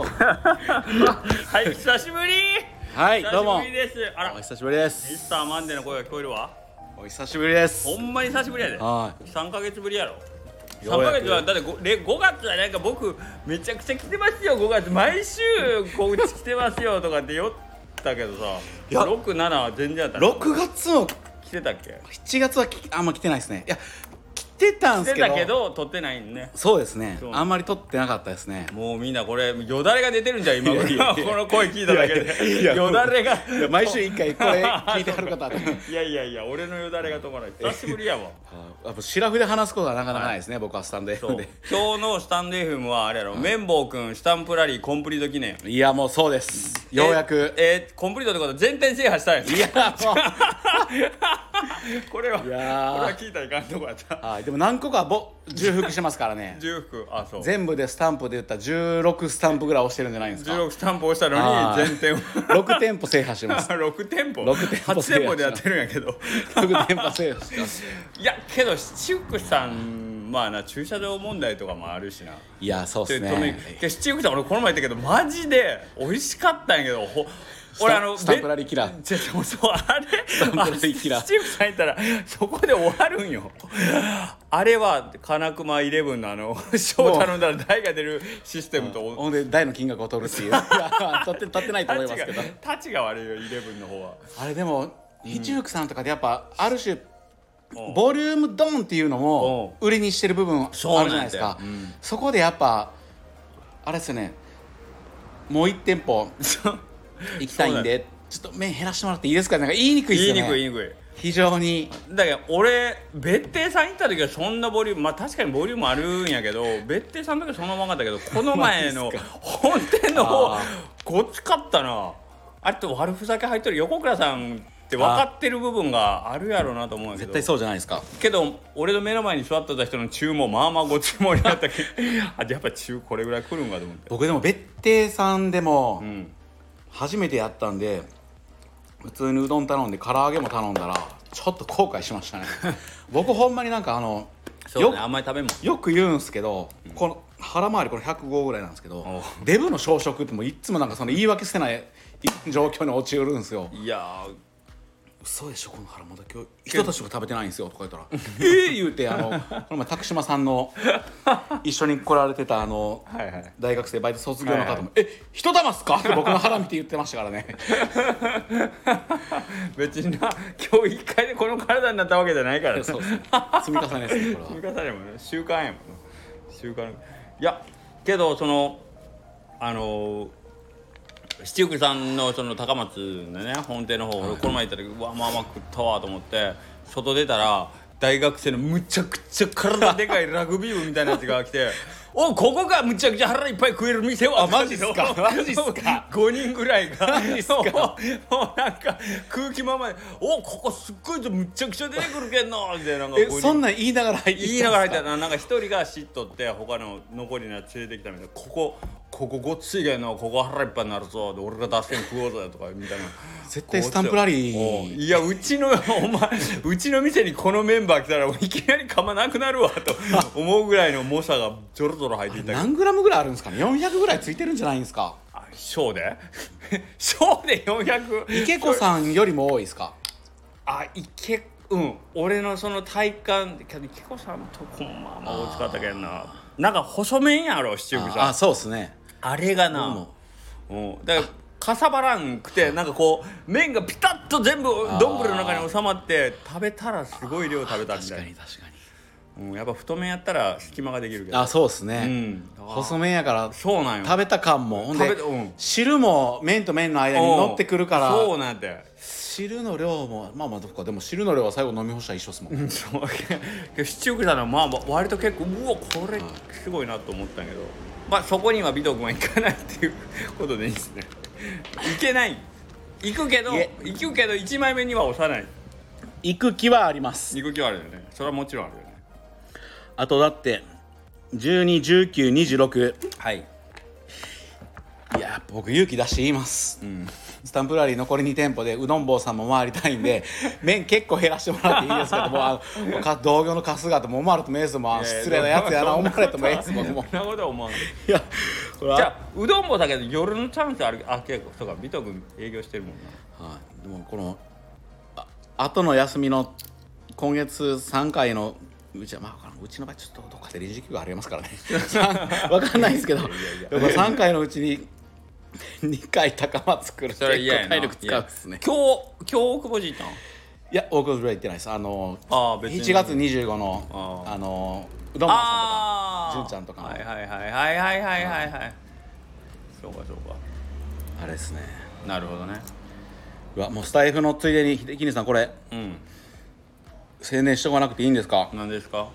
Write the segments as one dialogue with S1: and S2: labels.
S1: はい、久しぶり。
S2: はいどうも
S1: 久しぶりです。あら
S2: お、久しぶりで
S1: ミス
S2: す
S1: ターマンデーの声が聞こえるわ。
S2: お久しぶりです
S1: ほんまに久しぶりやで。
S2: は
S1: 三ヶ月ぶりやろ。
S2: い
S1: 三
S2: よう
S1: ヶ
S2: や
S1: 月
S2: く
S1: はだってごれ五月はなんか僕めちゃくちゃ来てますよ。五月毎週告知来てますよとかって言ったけど
S2: いや
S1: さ、六七は全然やったの。
S2: 6月の
S1: 来てたっけ？
S2: 7月はきあんま来てないですねいや来てたん
S1: 来て
S2: すけど
S1: たけど撮ってないんね。
S2: そうですね
S1: そう
S2: あんまり撮ってなかったですね
S1: もうみんなこれよだれが出てるんじゃん今
S2: いやいや
S1: この声聞いただけ
S2: いや
S1: で
S2: いや
S1: よだれが
S2: いや毎週一回これ聞い てはる方
S1: いやいやいや俺のよだれが止まらない久しぶりやわ
S2: あやっぱシラフで話すことはなかなかないですね、僕はスタンド F
S1: そう
S2: で
S1: 今日のスタンド FM はあれやろ綿棒くんスタンプラリーコンプリート記念
S2: いやもうそうですようやく
S1: ええコンプリートってことは全店制覇したんや
S2: いやもう
S1: これはい
S2: やー
S1: これは聞いたらいかんとこやった
S2: はいでも何個かぼ重複してますから ね
S1: 重複あそう
S2: 全部でスタンプで言ったら16スタンプぐらい押してるんじゃないんですか
S1: 16スタンプ押したの
S2: あー
S1: に全 店
S2: 6店舗制覇して ます
S1: 6店舗
S2: 六店舗
S1: 8店舗でやってるんやけど
S2: 6店舗制覇してます
S1: いやけど七福さんまあな駐車場問題とかもあるしない
S2: やそうで
S1: です止め
S2: ね
S1: で七福さん俺この前言ったけどマジで美味しかったんやけどほ俺あの
S2: スタンプラリーキラー
S1: 違う違うそうあれ
S2: ンプラリーキラー
S1: あ七福さん行ったらそこで終わるんよあれは金熊イレブンのあの賞頼んだら台が出るシステムとお
S2: ほんで台の金額を取るって いういや取って取ってないと
S1: タ
S2: 思いま
S1: チ
S2: す
S1: が
S2: けど
S1: タチが悪いよイレブンの方は
S2: あれでも一福さんとかでやっぱある種
S1: うん
S2: ボリュームドンっていうのも売りにしてる部分あるじ
S1: そうなん
S2: ゃ
S1: だよ
S2: ないですか
S1: うん
S2: そこでやっぱあれですよねもう1店舗
S1: そう
S2: 行きたいんでちょっと麺減らしてもらっていいですかなんか言いにくいです
S1: 言い
S2: よね
S1: にくい言いにくい
S2: 非常に
S1: だけど俺別邸さん行った時はそんなボリュームまあ確かにボリュームあるんやけど別邸さんの時はそのままかったけどこの前 の本店の方
S2: あ
S1: ごつかったなあれと悪ふざけ入ってる横倉さんって分かってる部分があるやろうなと思うんやけ
S2: 絶
S1: ど
S2: 対そうじゃないですか
S1: けど俺の目の前に座ってた人の中もまあまあご注文になったけど あやっぱ中これぐらい来るんかと思って
S2: 僕でも別邸さんでも
S1: うん
S2: 初めてやったんで普通にうどん頼んで唐揚げも頼んだらちょっと後悔しまし たね僕ほんまになんかあの
S1: そうね
S2: よ
S1: あんまり食べんもん
S2: よく言うんすけど、この腹回りこれ105ぐらいなんですけど
S1: お
S2: デブの小食ってもういっつもなんかその言い訳せないい状況に陥るんですよ
S1: いやー
S2: 嘘でしょこの腹まだ今日人たちが食べてないんですよとか言ったら 「ええ言うてあのこの前拓島さんの一緒に来られてたあの
S1: はいはい
S2: 大学生バイト卒業の
S1: はい
S2: 方
S1: はい
S2: も「え一玉っすか?」って僕の腹見て言ってましたからね
S1: 別にな今日一回でこの体になったわけじゃないからね
S2: そうそう積み重ねです ねこれ
S1: 積み
S2: は
S1: 重ねもね習慣やもんな習慣いやけどそのあの七福さんのその高松のね本店の方俺この前行った時うわまあまあ食ったわと思って外出たら大学生のむちゃくちゃ体でかい ラグビー部みたいなやつが来 て「おいここがむちゃくちゃ腹いっぱい食える店は」
S2: あマジっすかマジっす か
S1: 5人ぐらいが もうもうなんか空気ままで「おここすっごいむちゃくちゃ出てくるけんの」みたいなのが
S2: え
S1: 五人
S2: そんなん言いながら入ってきた
S1: 言
S2: んで
S1: い
S2: す
S1: な
S2: か
S1: がら入ったらなんか一人が嫉妬って他の残りのやつ連れてきたみたいなここここごっついけんのここ腹いっぱいになるぞで俺ら脱線食おうぜとかみ たいな
S2: 絶対スタンプラリ
S1: おう
S2: ー
S1: いやうちのお前うちの店にこのメンバー来たらいきなりかまなくなるわ と思うぐらいの猛者がジョロジョロ入っていたけど
S2: 何グラムぐらいあるんですかね400ぐらいついてるんじゃないんですか
S1: あショーで ショーで400
S2: 池子さんよりも多いですか
S1: あいけうん俺のその体感けどきこさんとこもまあまあ大きかったけんななんか細麺やろ七福さん
S2: あそうですね
S1: あれが
S2: どう
S1: な
S2: も
S1: うんだからかさばらんくてなんかこう麺がピタッと全部
S2: ー
S1: 丼の中に収まって食べたらすごい量食べたみ
S2: 確
S1: た
S2: か
S1: い
S2: に確かに
S1: な、うん、やっぱ太麺やったら隙間ができるけど
S2: あそうです
S1: う
S2: ね、
S1: ん
S2: 細麺やから
S1: そうなんよ
S2: 食べた感もほんで
S1: 食べたうん
S2: 汁も麺と麺の間に
S1: うん
S2: 乗ってくるから
S1: そうなんだよ
S2: 汁の量もまあまあどこかでも汁の量は最後飲み干したら一緒ですもん、
S1: そうけどシチュークさんはまあ割と結構うわこれすごいなと思ったんやけどまあそこには尾藤君は行かないっていうことでいいですね行けない行くけど
S2: いえ
S1: 行くけど1枚目には押さない
S2: 行く気はあります
S1: 行く気はあるよねそれはもちろんあるよね
S2: あとだって121926
S1: はい
S2: いや僕勇気出して言います、スタンプラリー残り2店舗でうどん坊さんも回りたい んで麺結構減らしてもらっていいですけどもうあのか同業の春日とも思われてもええですもんあの失礼なやつやな思われてもええですもんもう
S1: そんなことは思わない
S2: いやこれは
S1: じゃあうどんもだけど夜のチャンスあるあ結構そうかビト君営業してるもんな
S2: はい、でもこのあ後の休みの今月3回のうちはまあうちの場合ちょっとどっかで臨時休業あります からね分かんないですけどやっぱ3回のうちに2回高松来るって
S1: それ嫌や
S2: 結構
S1: な
S2: 体力使うんですね
S1: いや今日今日大久保じいたん
S2: いや大久保は行ってないですあの
S1: ああ別に
S2: 1月25の
S1: あー
S2: あのうどんまんさんとか
S1: ああは
S2: 純ちゃんとかの
S1: いはいはいはいはいはいはいはいそうかそうか
S2: あれですね
S1: なるほどね
S2: うわもうスタイフのついでに秀樹兄さんこれ
S1: うん
S2: 宣伝してこなくていいんですか
S1: 何ですか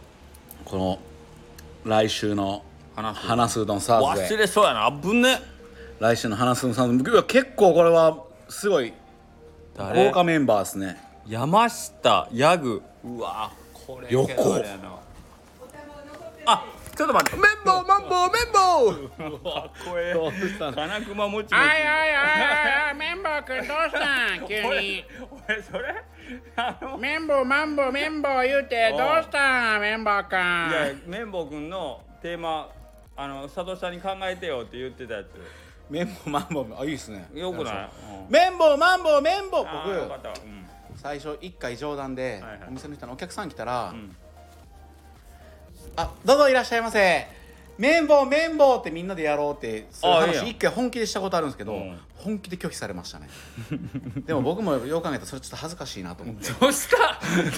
S2: この来週の
S1: 話す
S2: 話すうどんサーズで
S1: 忘れそうやなぶんね
S2: 来週の話すのさんいや結構これはすごい豪華メンバーですね
S1: 山下ヤグうわこれ
S2: 横
S1: けどあれやなあちょっと待って綿棒綿棒綿棒うわ声
S2: どうしたの
S1: 金熊もちもち
S3: おいおいおいおいおい 綿棒くんどうした ん急に
S1: 俺俺それあの
S3: 綿棒マンボウ綿棒言うて
S1: おう
S3: どうしたん綿棒く
S1: いや
S3: ん
S1: 綿棒くんのテーマあの佐藤さんに考えてよって言ってたやつ
S2: 綿棒マンボウあいいですね
S1: よくない
S2: 綿棒マンボウ綿棒
S1: あーよかっ
S2: 僕
S1: たわうん
S2: 最初一回冗談で
S1: はいはい
S2: お店の人のお客さん来たら
S1: ん
S2: 「あどうぞいらっしゃいませ綿棒綿棒」ってみんなでやろうってそういう
S1: あいいやん
S2: 話一回本気でしたことあるんですけど
S1: うん
S2: 本気で拒否されましたねでも僕もよう考えたらそれちょっと恥ずかしいなと思って
S1: どうした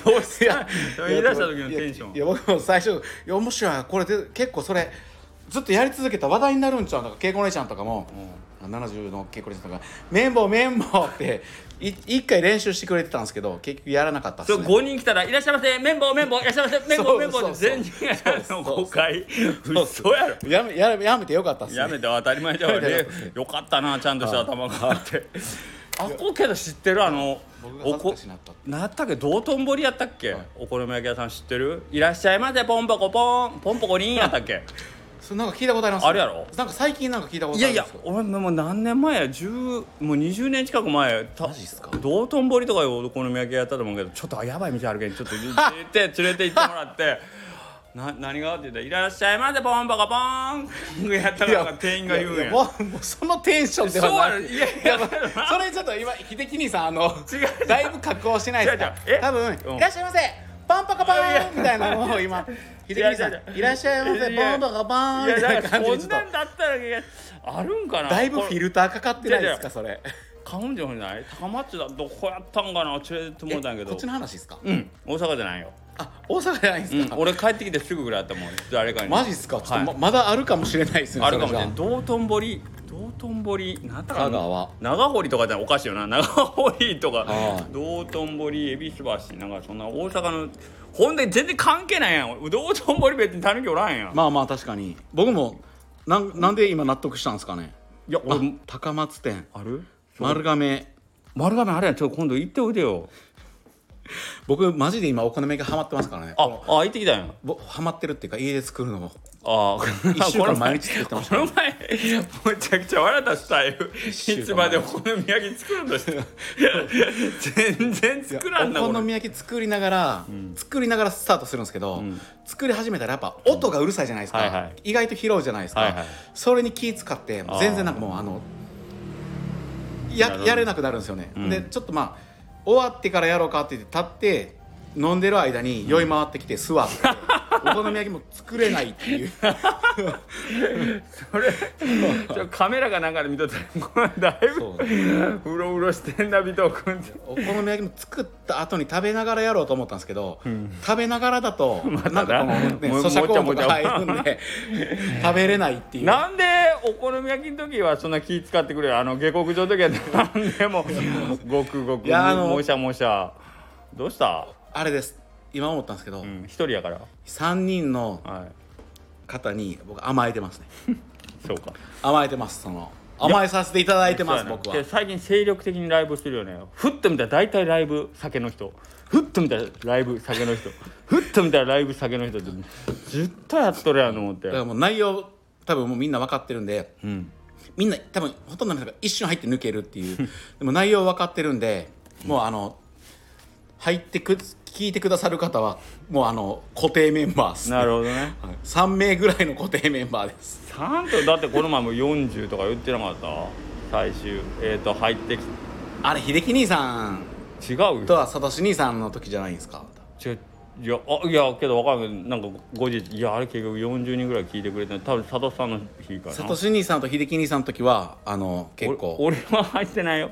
S1: どうした 言い出した時のテンション
S2: いやいや僕も最初「いや面白いなこれで結構それずっとやり続けたら話題になるんちゃうのか恵子姉ちゃんとかも、70の恵子姉ちゃんとか「綿棒綿棒」 ってい一回練習してくれてたんですけど結局やらなかったっ
S1: そ
S2: す
S1: う
S2: ね
S1: 5人来たら「いらっしゃいませ綿棒綿棒いらっしゃいませ綿
S2: そ
S1: 棒
S2: う
S1: 綿棒」
S2: そう
S1: で全人やる
S2: そう
S1: の
S2: そう
S1: 5回
S2: そう
S1: 嘘やろ
S2: やめやめやめてよかったっすね
S1: やめて当たり前じゃん
S2: やめてよ
S1: ね
S2: かったです
S1: よかったなちゃんとした頭があ ってあっこけど知ってるあの
S2: 僕が
S1: お
S2: 恥ず
S1: こ
S2: かしなったって
S1: なったっけ道頓堀やったっけ
S2: はい
S1: お好み焼き屋さん知ってるいらっしゃいませポンポコポンポンポコリンやったっけ
S2: それなんか聞いたことあります
S1: あるやろ
S2: なんか最近なんか聞いたことある
S1: い
S2: んで
S1: や
S2: す
S1: いや俺もう何年前や10もう20年近く前た
S2: マジっすか
S1: 道頓堀とかいうお好み焼き屋やったと思うけどちょっとやばい店あるけんちょっ と言って言って連れて行ってもらってな何がって言ったら「いらっしゃいませポンポコポン」やったらなんか店員が言うんや
S2: いやもうもうそのテンションではな
S1: そうやろ
S2: い
S1: いやいや
S2: いやそれちょっと今秀樹兄さんあの
S1: 違う
S2: だいぶ加工しないですか
S1: 違う違うえ
S2: 多分、
S1: うん
S2: いらっしゃいませパンパカパ
S1: いや
S2: ーンみたいなのを今秀樹兄さ
S1: 違う違うん
S2: いらっしゃいませ
S1: いや
S2: パンパカパーン
S1: い
S2: み
S1: や
S2: たい
S1: だか
S2: な
S1: ら
S2: 感
S1: こ
S2: じでちょ
S1: ん
S2: っと
S1: なんだったらいやあるんかな
S2: だいぶフィルターかかってない
S1: これ
S2: ですかそれ
S1: 買うんじゃない高松だどこやったんかな連れてってもらったんやけ
S2: えこ
S1: ど
S2: っちの話ですか
S1: うん大阪じゃないよ、
S2: あ大阪じゃないんです
S1: うん
S2: か、
S1: 俺帰ってきてすぐぐらいあったもん誰かに
S2: マジっすかちょっとま,、
S1: はい
S2: まだあるかもしれないです ね
S1: あるかもしれない
S2: そじゃ
S1: 道頓堀道頓堀なんやったか
S2: 香
S1: な
S2: 川
S1: 長堀とかじゃおかしいよな 長堀とか
S2: はい
S1: 道頓堀恵比寿橋なんかそんな大阪のほんで全然関係ないやん道頓堀別にたぬきおらんやん、
S2: まあまあ確かに僕もなんなんで今納得したんですかね
S1: いや
S2: あ
S1: 俺
S2: 高松店
S1: ある
S2: 丸亀
S1: 丸亀あれやんちょっと今度行っておいでよ
S2: 僕マジで今お好み焼きハマってますからね
S1: ああ行ってきたんやん
S2: ぼハマってるっていうか家で作るのも
S1: ああ、
S2: 一週間毎日作ってました
S1: この前、むちゃくちゃ笑ったスタイル。い
S2: 週間
S1: つまでお好み焼き作るん だして。全然
S2: いや
S1: 作らんな、
S2: お
S1: こ
S2: 好
S1: れ。
S2: み焼き作りながら、作りながらスタートするんですけど、作り始めたらやっぱ音がうるさいじゃないですか、
S1: はいはい
S2: 意外と拾うじゃないですか、
S1: はいはい
S2: それに気使って
S1: あー
S2: 全然なんかもうあの
S1: なる
S2: や
S1: ほど
S2: やれなくなるんですよね、
S1: ん
S2: でちょっとまあ終わってからやろうかって言って立って飲んでる間に酔い回ってきて座 って、お好み焼きも作れないっていう
S1: それ、ちょカメラかなんかで見とったら、これだい
S2: そう
S1: ぶ、うろうろしてんな、尾藤君って。
S2: お好み焼きも作った後に食べながらやろうと思ったんですけど、食べながらだと
S1: またな
S2: なんかこの、ね、
S1: も
S2: 咀嚼音
S1: もち
S2: と
S1: ゃ
S2: か
S1: もちゃ
S2: 入る んで食べれないっていう
S1: なんでお好み焼きの時はそんな気使ってくれるあの下克上の時はなんでもごくごく
S2: いやあの
S1: もしゃもしゃどうした、
S2: あれです今思ったんですけど、
S1: うん、一人やから
S2: 3人の
S1: はい
S2: 方に僕甘えてますね
S1: そうか
S2: 甘えてますその甘えさせていただいてま
S1: そう
S2: す
S1: やな
S2: 僕は
S1: で最近精力的にライブしてるよねふっと見たら大体ライブ酒の人ふっと見たらライブ酒の人ふっと見たらライブ酒の人ってずっとやっとるやんと思って
S2: だからもう内容多分もうみんな分かってるんで、みんな多分ほとんどの人が一瞬入っ て抜けるっていうでも内容分かってるんでもうあの入ってく聞いてくださる方はもうあの固定メンバーです、
S1: なるほどね
S2: はい、3名ぐらいの固定メンバーです
S1: ちゃんとだってこの前も40とか言ってなかった最終えっ、と入ってき
S2: あれ秀樹兄さん
S1: 違うよ
S2: とはさとし兄さんの時じゃないんですか
S1: ちょいやあいやけど分かんないなんか後日いやあれ結局40人ぐらい聞いてくれて多分佐藤さんの日かな
S2: さとし兄さんと秀樹兄さんの時はあの結構
S1: 俺俺は入ってないよ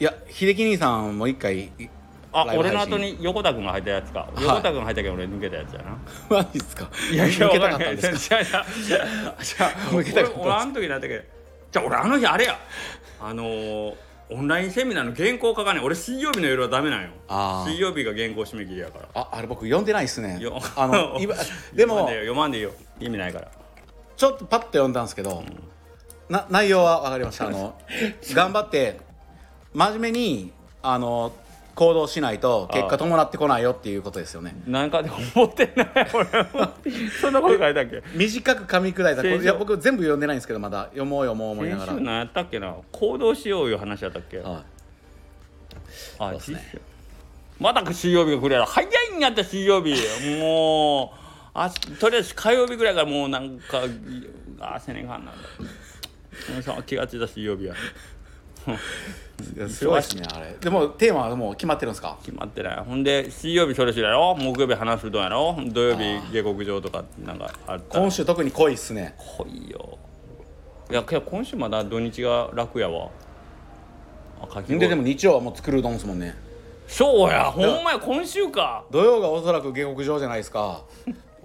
S2: いや秀樹兄さんも一回 い
S1: あ
S2: ライブ配信
S1: 俺の後に横田君が入ったやつか、横田君が入ったけど俺抜けたやつやな
S2: マジですか
S1: いやいや
S2: 抜け
S1: 分か
S2: たか
S1: んな
S2: った
S1: い
S2: ん
S1: 違
S2: で
S1: う違う違う
S2: すか抜けた
S1: 俺
S2: かったんですか
S1: 俺あの時なったけどじゃあ俺あの日あれやあのーオンラインセミナーの原稿書かない俺水曜日の夜はダメなんよ
S2: あー
S1: 水曜日が原稿締め切りやから
S2: ああれ僕読んでないですね
S1: よ
S2: あ の今で
S1: 読まん
S2: も
S1: でいいよ読まんでいいよ意味ないから
S2: ちょっとパッと読んだんですけど、な内容は分かりましたあの頑張って真面目にあの行動しないと結
S1: あ
S2: 果伴ってこないよっていうことですよね
S1: なんかでも思ってない俺もそんなこと書いたっけ
S2: 短く噛み砕いたこ
S1: 正
S2: れ
S1: 常
S2: いや僕全部読んでないんですけどまだ読もう読もう思いな
S1: 先
S2: がら
S1: 週何やったっけな行動しよういう話やったっけ
S2: はい
S1: あ
S2: うっすね
S1: 実習また水曜日が来るやろ早いんやった水曜日もうあとりあえず火曜日ぐらいからもうなんかあせねがんなんだもうさ気がついた水曜日や
S2: いやすごいですねあれでもテーマはもう決まってるんですか
S1: 決まってないほんで水曜日それするやろ木曜日話するとやろ土曜日下克上とかなんかあったら
S2: 今週特に濃いっすね
S1: 濃いよいやけど今週まだ土日が楽やわあかき氷
S2: ででも日曜はもう作るうどんですもんね
S1: そうやほんまや今週か
S2: 土曜がおそらく下克上じゃないです か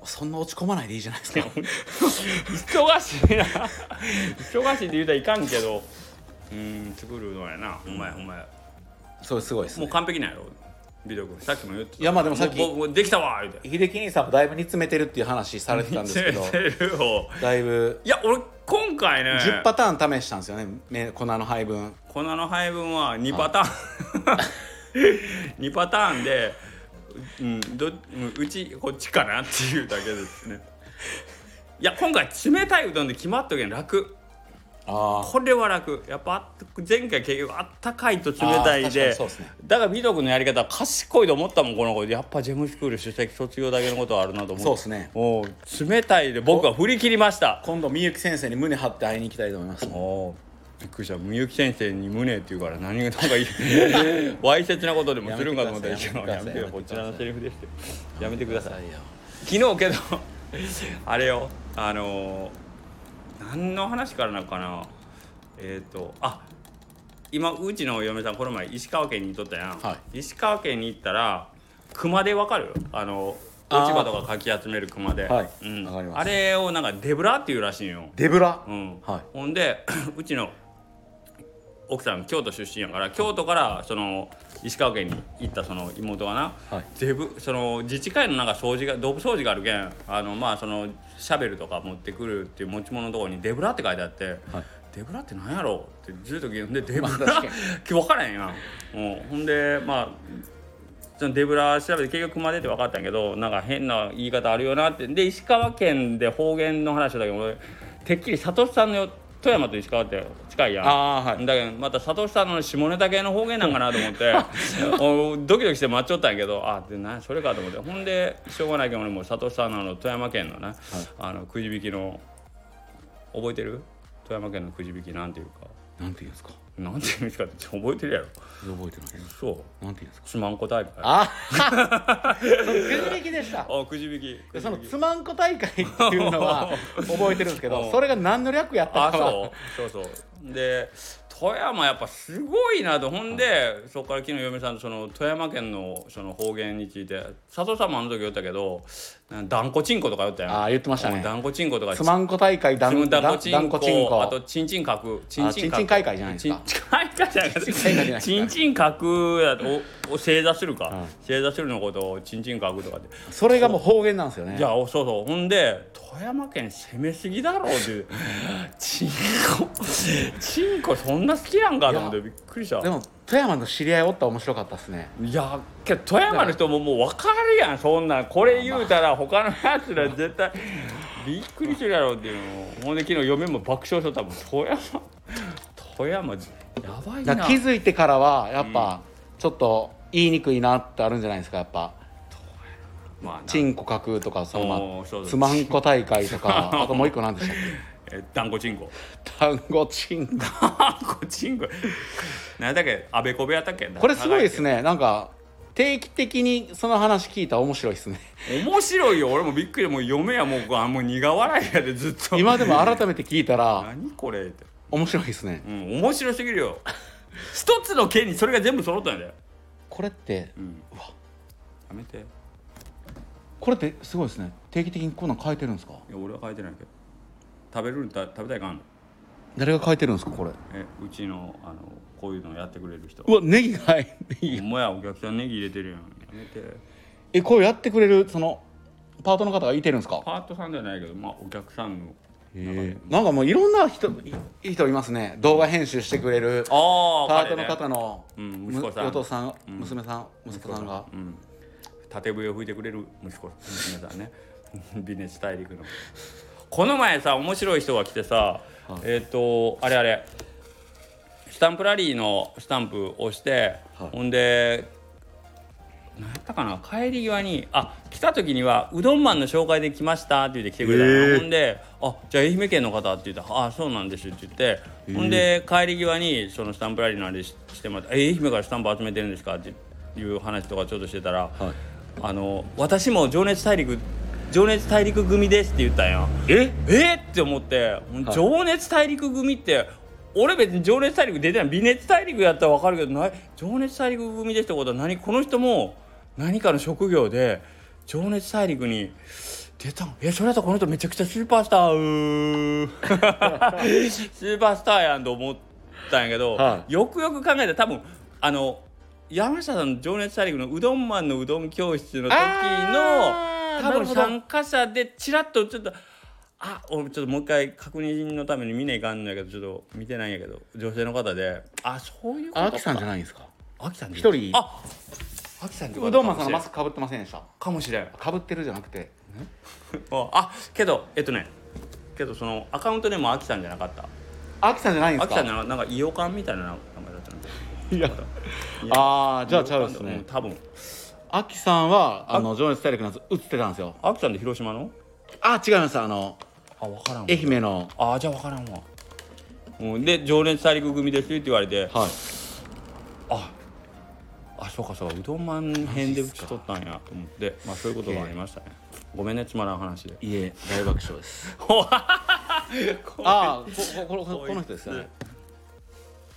S2: そんな落ち込まないでいいじゃないですか
S1: 忙しいな忙しいって言うたらいかんけどうん作るのやなほんまやほんまや
S2: それすごいです
S1: もう
S2: ね
S1: 完璧なんやろビデオ君さっきも言ってた
S2: いやまあでもさっき
S1: うううできたわ言うて
S2: 秀樹兄さんもだいぶ煮詰めてるっていう話されてたんで すけど
S1: せーせーよ
S2: だいぶ
S1: いや俺今回ね
S2: 10パターン試したんですよねめ粉の配分
S1: 粉の配分は2パターン2パターンで、うん、どうんうちこっちかなっていうだけですねいや今回冷たいうどんで決まっとけん楽
S2: あ
S1: これは楽やっぱあった前回結局あったかいと冷たい
S2: あー確かに
S1: で
S2: そうですね
S1: だから美徳のやり方は賢いと思ったもんこの子やっぱジェムスクール主席卒業だけのことはあるなと思って
S2: そうですね
S1: おう冷たいで僕は振り切りました
S2: 今度みゆき先生に胸張って会いに行きたいと思います
S1: おーびっくりしたみゆき先生に胸って言うから何がなんかい いわいせつなことでもするんかと思ったら
S2: やめてください
S1: やめてよ
S2: やめてください
S1: こちらのセリフですよやめてください
S2: よ
S1: 昨日けど あれよあのー、何の話からなのかなえっ、とあ今うちの嫁さんこの前石川県にいとったやん、
S2: は
S1: 石川県に行ったら熊手わかるあの
S2: あー
S1: 落ち葉とかかき集める熊手、
S2: はい
S1: うん、
S2: わかります
S1: あれをなんかデブラっていうらしいんよ
S2: デブラ、
S1: うん
S2: はい
S1: ほんで うちの奥さん京都出身やから京都からその石川県に行ったその妹がな、
S2: はい
S1: デブその自治会のなんか掃除がドブ掃除があるけんあのまあそのシャベルとか持ってくるっていう持ち物のところに「デブラ」って書いてあって「
S2: はい
S1: デブラってなんやろ?」ってずっと聞いて「デブ
S2: まあ
S1: ラ
S2: 確か」
S1: 分からへんやん、うん、ほんでまあそのデブラ調べて結局熊手って分かったんやけどなんか変な言い方あるよなってで石川県で方言の話だけど俺てっきり聡さんの富山と石川って近いやん
S2: あーはい
S1: だけどまた聡さんの下ネタ系の方言なんかなと思って おドキドキして待っちゃったんやけどあでなそれかと思ってほんでしょうがないけど俺も聡さんのあの富山県のね、あのくじ引きの覚えてる富山県のくじ引きなんていうか
S2: なんて言うんですか
S1: なんていうんですかって覚えてるやろ
S2: 覚えてない
S1: そう
S2: なんて言うんですか
S1: すまんこ大会あ
S2: あくじ引きでした
S1: あくじ引き
S2: でそのつまんこ大会っていう のは覚えてるんですけどそれが何の略やった
S1: あ
S2: かは
S1: そうそうそうで富山やっぱすごいなとほんで、そこから昨日嫁さんとその富山県のその方言について佐藤さんもあの時言ったけどなんだんこちんことか言ったやん
S2: あー言ってましたね
S1: うんだんこちんことか
S2: つまんこ大会だ
S1: 自分
S2: ん
S1: だ
S2: だ
S1: んこ
S2: ん
S1: ち
S2: だん
S1: ん
S2: こ
S1: こ
S2: ちんこ
S1: あとちんちんかくちんちん
S2: あちんちんかいかいじゃないですか
S1: ちん ちんかいかいじゃないか
S2: ちんかいじゃない
S1: ちんちんかくやとおお正座するか、
S2: うん
S1: 正座するのことをちんちんかくとかって
S2: それがもう方言なんですよね
S1: いやおそうそうほんで富山県攻めすぎだろう っていうチンコチンコそんな好きなんかと思ってびっくりした
S2: でも富山の知り合いおったら面白かったですね
S1: いやけど富山の人ももう分かるやんそんなんこれ言うたら他のやつら絶対びっくりするやろうっていうのほんで昨日嫁も爆笑しとったもん富山富山やばい
S2: だか
S1: な
S2: ら気づいてからはやっぱちょっと言いにくいなってあるんじゃないですかやっぱ
S1: まあな
S2: チンコ書くとかそ
S1: お
S2: の
S1: ーそうそう
S2: つまんこ大会とか あともう一個なんでしたっ
S1: え団子チンコ
S2: け単語チンコ
S1: 団子チンコなんだっけあべこべやったっけ
S2: これすごいですねなんか定期的にその話聞いたら面白いです ね
S1: 面白いよ俺もびっくりもう嫁やもうあもう苦笑いやでずっと
S2: 今でも改めて聞いたら
S1: 何これって、
S2: 面白いですね
S1: うん、面白すぎるよ一つの件にそれが全部揃ったんだよ、
S2: これって
S1: うん、
S2: うわ
S1: やめていや
S2: これってすごいですね定期的にこんなん変えてるんですか
S1: 俺は書いてないけど食べるんた食べたいかんの
S2: 誰が変えてるんですかこれ
S1: えうちのあのこういうのやってくれる人
S2: うわネギが入っていい
S1: ほんまやお客さんネギ入れてるやんやめて
S2: えこうやってくれるそのパートの方がいてるんですか
S1: パートさんじゃないけどまあお客さんの
S2: へーなんかもういろんな人いいい人いますね動画編集してくれる
S1: あ
S2: パートの方の
S1: うん
S2: む
S1: 息子さん
S2: お父さん
S1: うん
S2: 娘さん息子さんが
S1: うん、縦笛を吹いてくれる息子娘さんね ビネス大陸のこの前さ面白い人が来てさ、えっ、とあれあれスタンプラリーのスタンプ押して、
S2: はい
S1: ほんで何やったかな帰り際に「あ来た時にはうどんマンの紹介で来ました」って言って来てくれたのよ、
S2: へえ
S1: ほんで「あじゃあ愛媛県の方」って言ったら「あそうなんです」って言って、ほんで帰り際にそのスタンプラリーのあれししてもらって「え愛媛からスタンプ集めてるんですか?」っていう話とかちょっとしてたら「
S2: はい
S1: あの私も情熱大陸情熱大陸組です」って言ったんよ。ええって思って「情熱大陸組って俺別に情熱大陸出てない微熱大陸やったら分かるけどな情熱大陸組ですってことは何この人も何かの職業で情熱大陸に出たのえそれだったらこの人めちゃくちゃスーパースターう ースーパースターやんと思ったんやけど、
S2: は
S1: よくよく考えたら多分あの山下さんの情熱大陸のうどんマンのうどん教室の時
S2: あ
S1: の多
S2: ーなる
S1: 分
S2: ほど
S1: 参加者でちらっとちょっとあ俺ちょっともう一回確認のために見ねえかんのやけどちょっと見てないんやけど女性の方であそういうこと
S2: あきさんじゃないんですか
S1: あきさん
S2: 一人
S1: ああきさんってこと
S2: うどんまんさんのマスクかぶってませんでした
S1: かもしれん
S2: かぶってるじゃなくて
S1: ああけどえっとねけどそのアカウントでもあきさんじゃなかった
S2: あきさんじゃないんで
S1: あ
S2: す
S1: きさん
S2: か
S1: ななんかイオカンみたいな名前だったんで
S2: いやあーじゃあちゃうです
S1: ん
S2: ね
S1: 多分
S2: あきさんはあの情熱大陸のやつ映ってたんですよ
S1: あきさんって広島の
S2: あ違いますあの
S1: あ分からんわ
S2: 愛媛の
S1: あーじゃあ分からんわ、うん、で常連大陸組ですって言われて
S2: はい
S1: ああそうかそうかうどんまん編で打ち取ったんやと思ってまあそういうことがありましたねごめんねつまらん話で
S2: いえ大爆笑です
S1: あ
S2: ああここ ここの人ですよね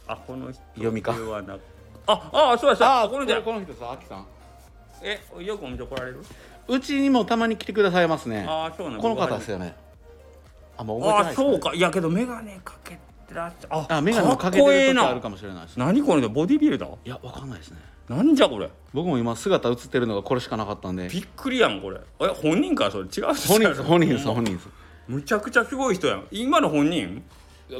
S1: あこの人
S2: 読みか
S1: ではなくああそうやそうや
S2: あ
S1: こ
S2: こ
S1: の人や
S2: れこの人ですあきさん
S1: えよくお店来られる
S2: うちにもたまに来てくださいますね
S1: ああそうな
S2: この方です
S1: よ
S2: よねあもう覚えて
S1: あー
S2: ないですね
S1: そうかいやけど眼鏡かけてらっしゃあ
S2: あ眼鏡もかけ
S1: っこえ
S2: て
S1: え
S2: る時
S1: な
S2: あるかもしれないですね
S1: 何これボディビルダー
S2: いやわかんないですね
S1: なんじゃこれ
S2: 僕も今姿映ってるのがこれしかなかったんで
S1: びっくりやんこれえ本人かそれ違う
S2: 本人です本人ですす本人です
S1: むちゃくちゃすごい人やん今の本人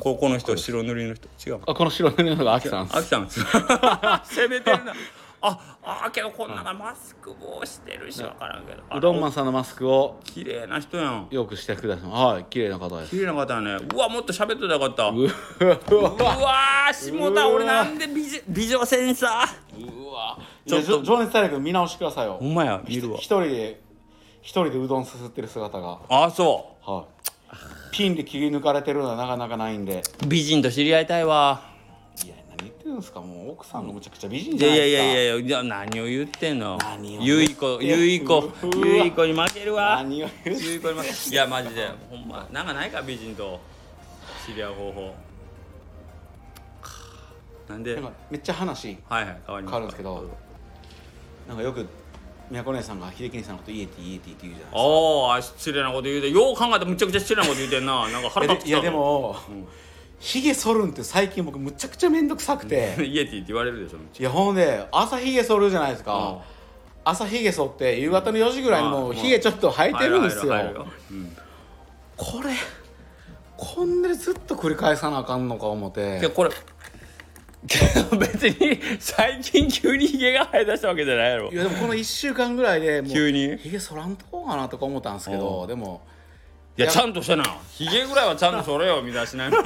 S1: ここの人白塗りの人違う
S2: あこの白塗りのがアキさんです
S1: あきさん 攻めてる なああーけどこんなのマスク帽してるし分からんけどあ
S2: うどんマンさんのマスクを
S1: 綺麗な人やん
S2: よくしてくださいはい綺麗な方です
S1: 綺麗な方やねうわもっと喋ってたかった う
S2: うわ
S1: わー下田
S2: うわ
S1: 俺なんで美女美女センサー
S2: うわ
S1: ちょっと
S2: いや情熱大陸見直してくださいよ
S1: ほんまや見
S2: ひ
S1: るわ
S2: 一人で一人でうどんすすってる姿が
S1: あーそ
S2: はいピンで切り抜かれてるのはなかなかないんで
S1: う美人と知り合いたいわ
S2: いや何言ってるんですかもう奥さんがむちゃくちゃ美人
S1: い
S2: じゃ
S1: や
S2: ないい
S1: や
S2: です
S1: い
S2: か
S1: やいやいや何を言ってんの
S2: 何を
S1: ゆ
S2: 言
S1: いこ
S2: ってんの
S1: ゆいこ
S2: うわ
S1: ゆいこに負けるわ
S2: 何を言って
S1: ゆいこに負けいやマジでほんまなんかないか美人と知り合う方法かなんで
S2: なんかめっちゃ話
S1: はいはい変わりま
S2: 変わ
S1: す
S2: るんですけどなんかよく宮古姉さんが秀樹兄さんのことイエティイエティって言うじゃない
S1: おーあ失礼なこと言うてよう考えたらむちゃくちゃ失礼なこと言うてんななんか腹
S2: ですかいや
S1: 立つ
S2: でいやでも
S1: ん
S2: ひげ剃るんって最近僕むちゃくちゃ面倒くさくて
S1: イエティって言われるでしょうち
S2: いやほんで朝ひげ剃るじゃないです
S1: うん
S2: か朝ひげ剃って夕方の4時ぐらいにも
S1: う
S2: うんひげちょっと生えてるんですよ
S1: 入る入る入るうん
S2: これこんなにずっと繰り返さなあかんのか思って
S1: いやこれけど 別に最近急にヒゲが生え出したわけじゃないやろ
S2: いやでもこの1週間ぐらいでもう
S1: 急に
S2: ひげ剃らんとこうかなとか思ったんですけ
S1: う
S2: どでも
S1: いやちゃんとしてなひげぐらいはちゃんとそれよ身だしな み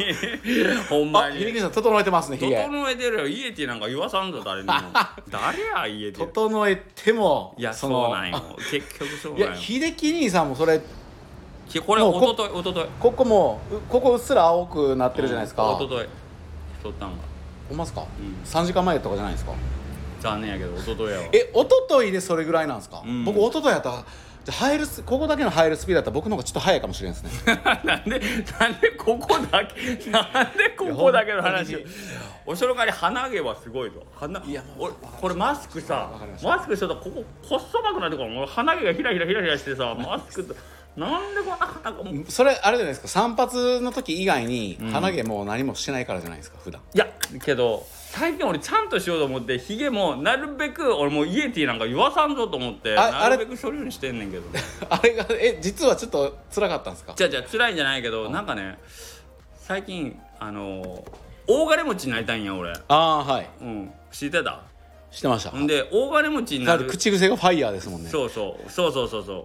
S1: ほんま
S2: あ、
S1: に
S2: ひねきさん整えてますね、ひげ。
S1: 整えてるよイエティなんか言わさんぞ誰 にも誰やイエティ
S2: 整えても、
S1: いやそ
S2: の
S1: うなんよ結局そう
S2: い
S1: なん
S2: や、
S1: よ
S2: 秀樹兄さんもそれ、
S1: きこれ
S2: もう
S1: お
S2: こ
S1: と
S2: と
S1: いおととい
S2: ここも、うここうっすら青くなってるじゃないですか。
S1: おととい撮ったんが
S2: ほんまっすか
S1: ん
S2: ?3 時間前とかじゃないですか
S1: 残念やけどおとといやわ
S2: え、一昨日でそれぐらいなんですか
S1: ん
S2: 僕、一昨日やったら、じゃあ入るスここだけの入るスピードだったら僕の方がちょっと早いかもしれないですね
S1: なんでなんでここだけなんでここだけの
S2: い
S1: 話
S2: や
S1: おそろがり鼻毛はすごいぞ鼻
S2: いやもう
S1: 俺これマスクさ
S2: わかりました
S1: マスクしてたらこここっそばくなってこの鼻毛がヒラヒラヒラヒラしてさマスクとなんでこんな鼻がもうい
S2: それあれじゃないですか散髪の時以外に鼻毛もう何もしてないからじゃないですか普段
S1: やけど最近俺ちゃんとしようと思ってひげもなるべく俺もうイエティなんか言わさんぞと思って
S2: ああ
S1: な
S2: れ
S1: るべく処理にしてんねんけど
S2: あれがえ実はちょっと辛かったんですか
S1: じゃあじゃあ辛いんじゃないけどなんかね最近あの大金持ちになりたいんや俺
S2: ああーはい
S1: うん知ってた
S2: してました
S1: ほんで大金持ちに
S2: だ
S1: な
S2: って
S1: る
S2: 口癖がファイヤーですもんね
S1: そうそうそうそうそうそう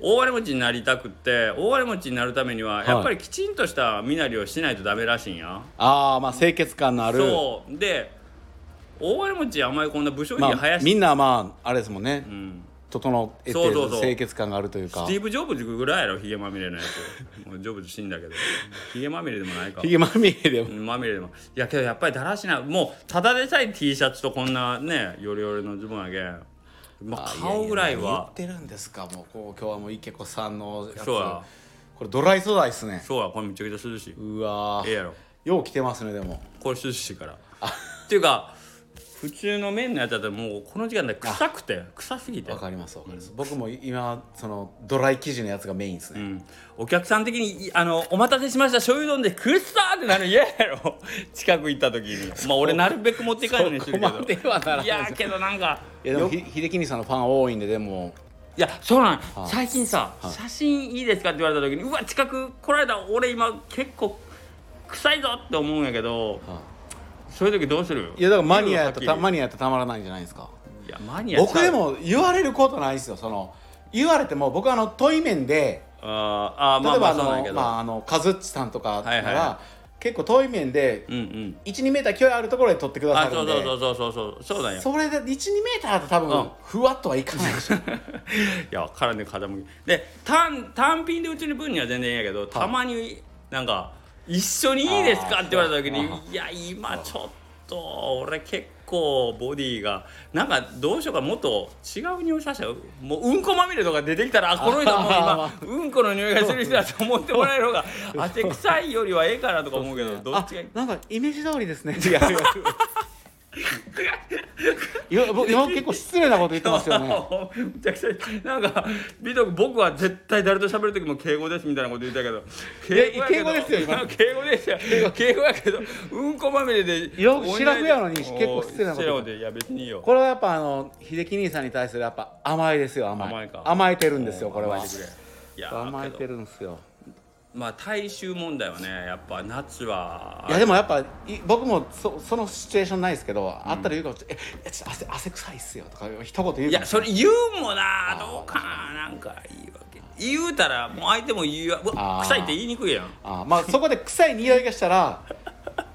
S1: 大金持ちになりたくって大金持ちになるためにはやっぱりきちんとした身なりをしないとダメらしいんや、
S2: ああまあ清潔感のある
S1: そうで大金持ちあんまりこんな武将
S2: ま
S1: に
S2: あ、
S1: 林、
S2: みんなまああれですもんね、
S1: うん、
S2: 整えて
S1: そうそうそう
S2: 清潔感があるという
S1: ス
S2: か
S1: ティーブ・ジョブズぐらいやろヒゲまみれのやつ もうジョブズ死んだけどヒゲまみれでもないか
S2: ひげまみれで
S1: う
S2: も
S1: んまみれでもいやけどやっぱりだらしないもうただでさえ T シャツとこんなねヨレヨレのズボンやけん、まあ、顔ぐらい
S2: やや
S1: は
S2: 言ってるんですかもうこう今日はもう池子さんのやつ
S1: そうや
S2: これドライ素材ですね
S1: そうやこれめちゃくちゃ涼しいう
S2: わー
S1: ええやろ
S2: よう着てますねでも
S1: これ涼しいからっていうか普通の麺のやつだったらもうこの時間で臭くて臭すぎて
S2: わかりますわかります、僕も今そのドライ生地のやつがメインですね、
S1: うんお客さん的にいあの「お待たせしました醤油丼でくっさ!」ってなるの嫌やろ近く行った時にまあ俺なるべく持っていかないようにしてるけ
S2: そ
S1: ど
S2: こまではならない
S1: いやけどなんか
S2: いやでもひ秀樹兄さんのファン多いんででも
S1: いやそうなん
S2: はい
S1: 最近さ「写真いいですか?」って言われた時に「うわ近く来られた俺今結構臭いぞ!」って思うんやけど
S2: は
S1: そういう時どうする
S2: いやだからマニアやと
S1: 言うよ
S2: た
S1: はっきり
S2: マニアやとたまらないんじゃないですか
S1: いやマニアちゃう
S2: 僕でも言われることないですよその言われても僕あの問い面で
S1: あーあー
S2: 例
S1: まあま
S2: えば
S1: あ
S2: あ
S1: そうなんや
S2: の
S1: けど、
S2: まああのカズッチさんとかなら、
S1: はいはいは
S2: 結構遠い面で
S1: うんうん
S2: 12メーター距離あるところで取ってくださ
S1: あ
S2: る
S1: そ
S2: ん
S1: う
S2: で
S1: そうそうそうそうそうそうなんや
S2: それで12メーターだと多分、
S1: うん
S2: ふわっとはいか ないでしょ
S1: いやからね傾きで単単品でうちの分には全然いいんやけどたまになんか「一緒にいいですか?」って言われた時に
S2: あ
S1: 「いや今ちょっと俺結構ボディがなんかどうしようかもっと違う匂いさせたよもううんこまみれとか出てきた らあこの人もう
S2: あ
S1: 今うんこの匂いがする人だと思ってもらえる方が 汗臭いよりはええかなとか思うけどどっ
S2: あ
S1: ちがいい
S2: なんかイメージ通りですねいやいやいや僕今結構失礼なこと言ってますよね
S1: めちゃくちゃなんか美徳僕は絶対誰と喋る時も敬語ですみたいなこと言ったけど
S2: いや
S1: やけど
S2: 敬語ですよ今
S1: 敬語ですよ 敬語やけどうんこまみれで
S2: よくしらふやのに結構失礼なこと
S1: おい失礼いや別にいいよ
S2: これはやっぱあの秀樹兄さんに対するやっぱ甘えですよ甘え
S1: 甘えか
S2: えてるんですよこれは
S1: 甘えてくれいや
S2: 甘えて
S1: る
S2: るんですよ
S1: まあ大衆問題はねやっぱ夏はい
S2: やでもやっぱい僕もそそのシチュエーションないですけど、あったら言うかもしれないええちょっと汗汗臭いっすよ」とか一言言う
S1: い
S2: い
S1: やそれ言うもなどうかななんかいいわけ言うたらもう相手も言うわうわ
S2: あー
S1: 臭いって言いにくいや ん
S2: あーまあそこで臭い匂いがしたら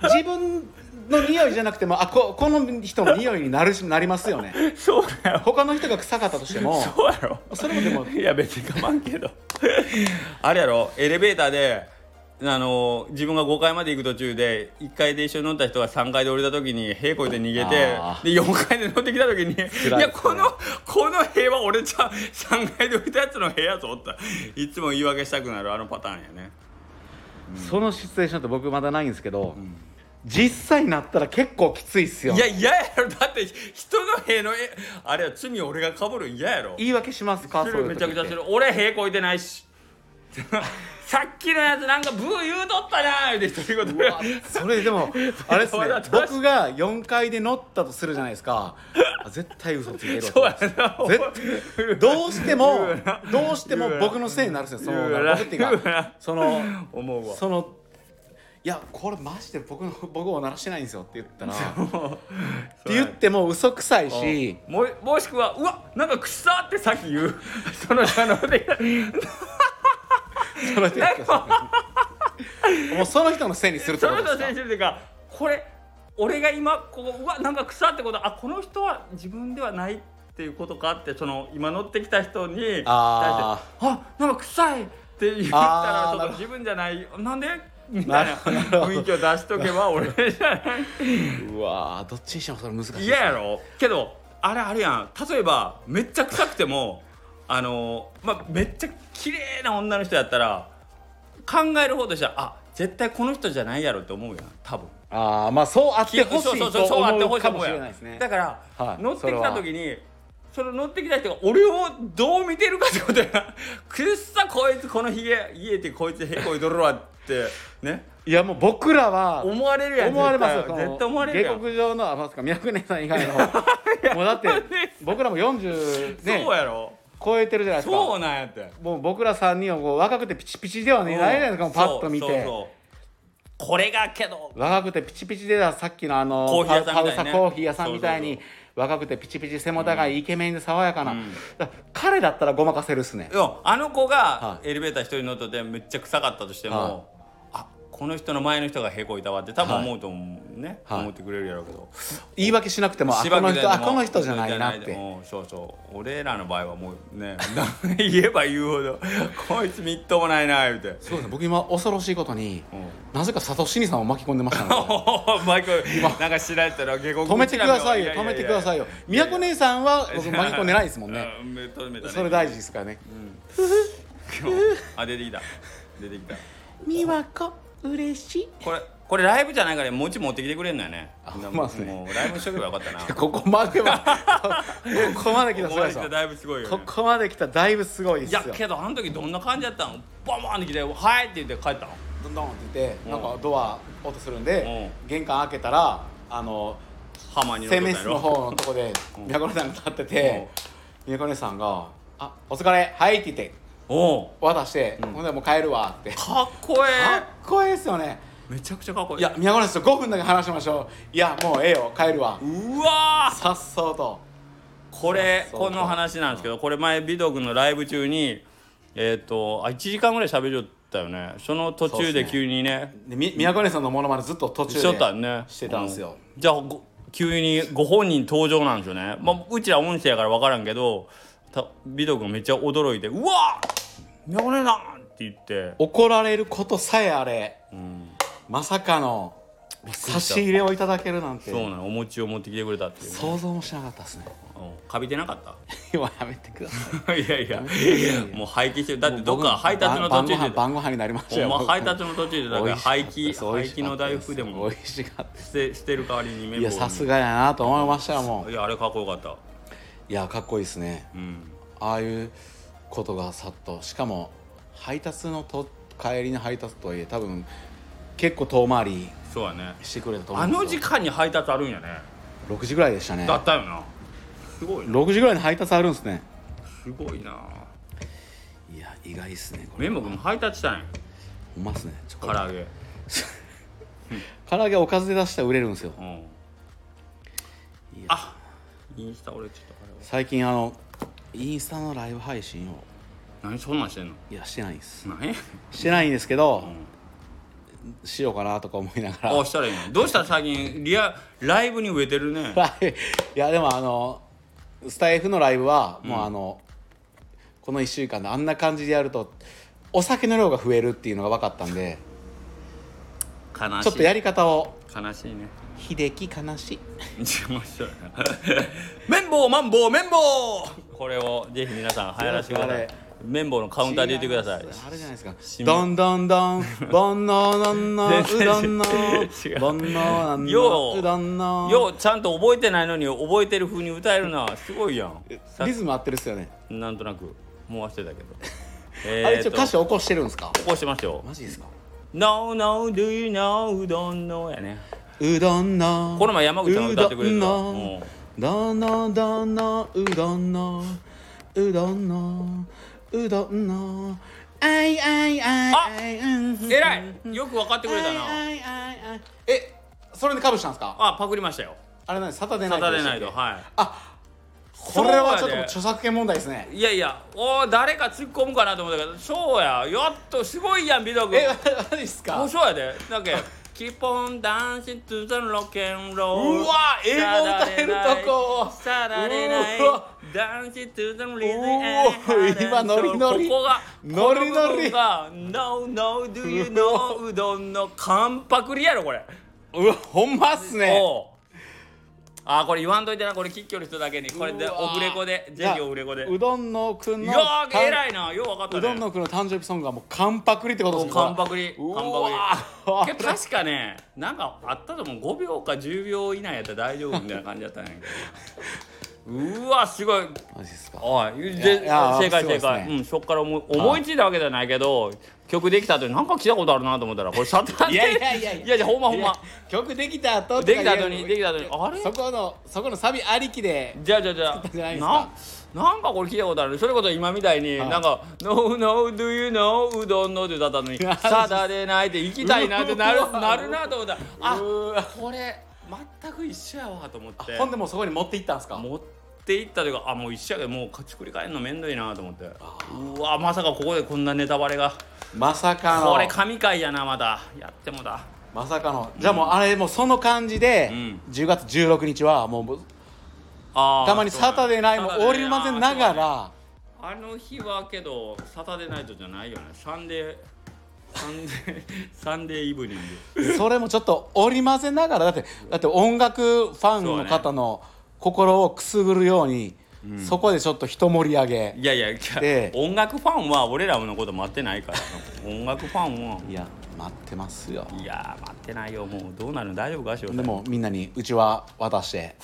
S2: 自分の匂いじゃなくてもあここの人の匂いになるしなりますよね
S1: そうだよ
S2: 他の人が臭かったとしても
S1: そうやろ
S2: それもでも
S1: い や別に我慢けど あれやろエレベーターであの自分が5階まで行く途中で1階で一緒に乗った人が3階で降りた時に平行で逃げて
S2: あー
S1: で4階で乗ってきた時に「い
S2: すね
S1: やこのこの部屋は俺ちゃう3階で降りたやつの部屋ぞ」っていつも言い訳したくなるあのパターンやね
S2: そのシチュエーションって僕まだないんですけど、実際になったら結構きついっすよ
S1: いや嫌やろだって人の部屋のえあれは罪俺がかぶるん嫌やろ
S2: 言い訳しますか
S1: す
S2: そうい
S1: る
S2: う時
S1: め
S2: っ
S1: ち
S2: て
S1: ゃくちゃする俺屁こいてないし さっきのやつなんかブー言うとったなーって一人言で
S2: それでもあれですね
S1: わざとらしい
S2: 僕が4階で乗ったとするじゃないですかあ絶対嘘ついてる
S1: そうやなお前
S2: 絶どうしても
S1: 言うな
S2: どうしても
S1: 言うな
S2: 僕のせいになるんですよそ
S1: 言うな
S2: の僕っていう
S1: 言うな
S2: かその
S1: 思うわ
S2: そのいやこれマジで僕の僕を鳴らしてないんですよ って言ったらって言っても嘘くさいし
S1: ももし くはうわなんかくさってさっき言うその人ので
S2: その人
S1: なんか
S2: もうその人のせいにするって
S1: そ
S2: こ
S1: の
S2: と
S1: 人
S2: で
S1: 選
S2: すか
S1: 手っていうかこれ俺が今ここうわなんか草ってことあこの人は自分ではないっていうことかってその今乗ってきた人に対して
S2: あ
S1: あなんか臭いって言ったら
S2: あー
S1: ちょっと
S2: なるほど
S1: 自分じゃないなんでみたいな
S2: なるほど
S1: 雰囲気を出しとけば俺じゃないう
S2: わーどっちにしてもそれ難しいですね
S1: 嫌やろけどあれあるやん例えばめっちゃ臭くてもあのまあめっちゃ綺麗な女の人やったら考える方としてはあ絶対この人じゃないやろって思うやん多分
S2: ああまあそうあってほし
S1: そう
S2: いと
S1: そうそうそうあって
S2: 思
S1: ほ
S2: う
S1: しいと
S2: か
S1: 思
S2: も
S1: う
S2: し
S1: や
S2: れ
S1: ん
S2: ないですね
S1: だから、
S2: はい
S1: 乗って
S2: それ
S1: きた
S2: は
S1: 時にその乗ってきた人が俺をどう見てるかってことや なくっさこいつこのひげ家ってこいつへこいどるわってね
S2: いやもう僕らは
S1: 思われるやん
S2: 思われますよ
S1: 絶対絶対思われるや
S2: 下
S1: ん
S2: 克上のあますか宮国さん以外 のもうだって僕らも40ね
S1: そうやろ
S2: 超えてるじゃないです
S1: そう
S2: か
S1: なんやって
S2: もう僕ら3人をこう若くてピチピチではねないじゃないですかもうパッと見
S1: そうそう
S2: て
S1: そうこれがけど
S2: 若くてピチピチでさっきのあの
S1: コーヒー屋さん
S2: パウ
S1: みたい
S2: パウ
S1: ね
S2: サコーヒー屋さんみたいに
S1: そう
S2: 若くてピチピチ背も高いイケメンで爽やかな、
S1: うん
S2: だから彼だったらごまかせるっすね
S1: いやあの子が
S2: は
S1: エレベーター一人乗っとってめっちゃ臭かったとしても、
S2: はい
S1: あこの人の前の人がへこいたわって多分思うと思うね、
S2: はい
S1: 思ってくれるやろうけど、
S2: 言い訳しなくてもあ
S1: 芝
S2: この
S1: 生で
S2: 人あ
S1: も
S2: この人じゃないなっ
S1: じゃ
S2: て
S1: もうそうそう俺らの場合はもうね 言えば言うほどこいつみっともないな言うて
S2: そうですね僕今恐ろしいことに、
S1: ん
S2: なぜか佐藤シニさんを巻き込んでまし たね
S1: マイクなんか知られたら下克
S2: 止めてくださいよ
S1: ややや
S2: 止めてくださいよ
S1: や
S2: 宮子姉さんは僕巻き込んでないですもんね
S1: あめ止めたね
S2: それ大事ですからね
S1: 今日あ出てきた出てきた
S2: 美和子嬉しい
S1: これこれライブじゃないからもち持ってきてくれんのよね
S2: あ
S1: な
S2: まあね
S1: もうライブしとけばよかったな
S2: ここまでは ここまで来た
S1: ここ
S2: すごい
S1: ま
S2: で
S1: です来た
S2: よ
S1: だいぶすごいよ、ね
S2: こ、こまで来ただいぶすごいで
S1: い
S2: すよ
S1: やけどあの時どんな感じやったのバンバンって来て「はい」って言って帰ったの
S2: どんどんって
S1: う
S2: 言
S1: ん
S2: ってなんかドア音するんで玄関開けたらあの
S1: ハマに乗
S2: 生
S1: っとったんや
S2: 命室
S1: ろ
S2: の方のとこで
S1: うん
S2: 宮子姉さんが立ってて宮子姉さんが「あお疲れはい」って言って
S1: おう
S2: 渡して
S1: ん
S2: ほんでもう帰るわってか
S1: かっこえ
S2: っこいいですよね
S1: えめちゃくちゃかっこいい
S2: いや宮古さんと5分だけ話しましょういやもうええよ帰るわ
S1: うわー
S2: さっそうと
S1: これ
S2: そうそう
S1: この話なんですけどこれ前美徳のライブ中にえっ、とあ1時間ぐらい喋りよったよねその途中で急にね
S2: でみ宮古さんのものまねずっと途中で
S1: しとったんね
S2: してたんですよ
S1: うんじゃあご急にご本人登場なんですよね、まあ、うちら音声やから分からんけどた美徳がめっちゃ驚いて「うわーやこねえな!」って言って、
S2: 怒られることさえあれ
S1: うん、
S2: まさかの
S1: りした
S2: 差し入れをいただけるなんて
S1: そうなのお餅を持ってきてくれたっていうね、
S2: 想像もしなかったですね
S1: うんかびてなかった
S2: 今やめてください
S1: いやいや、もう廃棄してる。だってどっか配達の途中
S2: 晩
S1: で、
S2: 晩ご飯晩ご飯になりました
S1: ほん
S2: よ
S1: ま配達の途中で、だから廃棄、廃棄の大
S2: 大
S1: 福
S2: 福
S1: でも
S2: 美味しかったです
S1: 捨て捨てる代わりに
S2: い
S1: 麺
S2: や
S1: 棒
S2: さすがやなと思いましたよも
S1: いや、あれかっこよかった。
S2: ういやかっこいいですね
S1: うん。
S2: ああいうことがさっとしかも配達のと帰りの配達とはいえ多分結構遠回り
S1: そうやね。
S2: してくれたと思
S1: あ
S2: うん
S1: の
S2: です
S1: 時
S2: よ
S1: 間に配達あるんやね。
S2: 6時ぐらいでしたね
S1: だったよな。すごいな。
S2: 6時ぐらいの配達あるんですね
S1: すごいな。
S2: いや意外ですねこれ
S1: メモ君も配達したんや。
S2: うまっすねちょ
S1: 唐揚げ。
S2: 唐揚げおかずで出したら売れるんですよ
S1: うん。
S2: いや
S1: あインスタ俺ちょっとあれ
S2: 最近あのインスタのライブ配信を
S1: 何そんなんしてんの
S2: いやしてないんです
S1: 何や
S2: してないんですけど、
S1: ん
S2: しようかなとか思いながら
S1: あしたらいいのどうした最近リアライブに植えてるね
S2: ライブ いやでもあのスタイフのライブはもうあの、この1週間であんな感じでやるとお酒の量が増えるっていうのが分かったんで
S1: 悲しい
S2: ちょっとやり方を
S1: 悲しいね
S2: 「秀樹悲しい
S1: 面白いな綿棒マンボウ綿棒これをぜひ皆さん流行らせてくだ
S2: あ
S1: さい
S2: れ
S1: 綿棒の」カウンターで言ってください
S2: 違いますあれじゃないです
S1: し
S2: か「
S1: み
S2: どんどんどんボンノーどんの
S1: 全
S2: う
S1: 然
S2: どんの
S1: 違う
S2: ボンノーなん
S1: よ
S2: の
S1: う
S2: うどんの」
S1: ようちゃんと覚えてないのに覚えてる風に歌えるなすごいやんさ
S2: リズム合ってるっすよね、
S1: なんとなくもう忘れたけど
S2: あ
S1: えー
S2: れ一応
S1: と
S2: 歌詞起こしてるんですか
S1: こうしてますよ
S2: マジですか
S1: No no do you know うどんのやね
S2: うどんの
S1: この前山口さんが歌ってくれ
S2: う
S1: た
S2: どんの
S1: うん
S2: どのどのうどんのうどんのうどんのあいあいあいあいうん
S1: えらいよく分かってくれた
S2: あ
S1: ない
S2: あいあいえそれでかぶしたんですか
S1: あパクりましたよ
S2: あれなんですサタデーナ
S1: サ
S2: イト
S1: タデ
S2: で
S1: ー
S2: した
S1: ナ
S2: っ
S1: イ
S2: け
S1: トはい
S2: あこれはちょ
S1: そう
S2: っ
S1: や
S2: と
S1: で
S2: 著作権問題ですね
S1: いやいやおー誰か突っ込むかなと思ったけどそうややっとすごいやん美徳
S2: えマジっすか
S1: もうそうやでなん か Keep on dancing to the rock and roll
S2: うわ英語歌えるとこ
S1: さられないう
S2: わ
S1: Dancing to the rhythm
S2: うわ
S1: and dance
S2: 今ノリノリ
S1: ここが
S2: ノリノ
S1: この
S2: リ
S1: 部分が No no do you know うどんの完パクリやろこれ
S2: うわほんまっすね
S1: おうあーこれ言わんといてなこれ喫居の人だけにこれで
S2: うわ
S1: オフレコでぜひオフレコで
S2: うどんのくん
S1: い
S2: の
S1: やー偉いなよう分かったね
S2: うどんのくんの誕生日ソングはもう完パクリってことです
S1: 完パクリ
S2: うわ
S1: 完パクリけど確かねなんかあったと思う5秒か10秒以内やったら大丈夫みたいな感じだったんやけどうわすごい
S2: マジっすか
S1: おいで
S2: いや
S1: 正解
S2: す
S1: 正
S2: ごいですね
S1: 解、うん、そっから思い思いついたわけじゃないけど曲できた後になんか来たことあるなと思ったらこれサタン
S2: い
S1: で
S2: やいやいやいや
S1: いやいやほんまほんま
S2: 曲できた後とか
S1: できた後にできた後に
S2: いや
S1: あれ
S2: そこのそこのサビありきで
S1: じゃあじゃあじゃ
S2: 作ったんじゃないです
S1: あ
S2: か
S1: ななんかこれ聞いたことあるそれこそ今みたいに、
S2: い
S1: なんか「No no do you know うどんの」って歌ったのに
S2: や
S1: 「サタデーナイト」行きたいなってな
S2: う
S1: る
S2: わ
S1: なるなと思ったらあ
S2: うわ
S1: これ全く一緒やわと思って
S2: ほんでもうそこに持っていったんですか
S1: 持っていったというかあもう一緒やけどもう勝ち繰り返るのめんどいなと思ってうわまさかここでこんなネタバレが
S2: まさかの
S1: これ神回やなまだやってもだ
S2: まさかのじゃあもうあれもうその感じで、
S1: うん
S2: 10月16日はもう
S1: あー
S2: たまに「サタデーナイト」
S1: そ
S2: も
S1: うだね
S2: オーリルマゼンながら
S1: あの日はけどサタデーナイトじゃないよねサンデーサンデーサンデーイブニング
S2: それもちょっと織り交ぜながらだってだって音楽ファンの方の心をくすぐるようにそこでちょっと一盛り上げ
S1: いやいやいや
S2: で
S1: 音楽ファンは俺らのこと待ってないからな音楽ファンはい
S2: や待ってますよ
S1: いやー待ってないよもうどうなるの大丈夫かしよ
S2: でもみんなにうちは渡して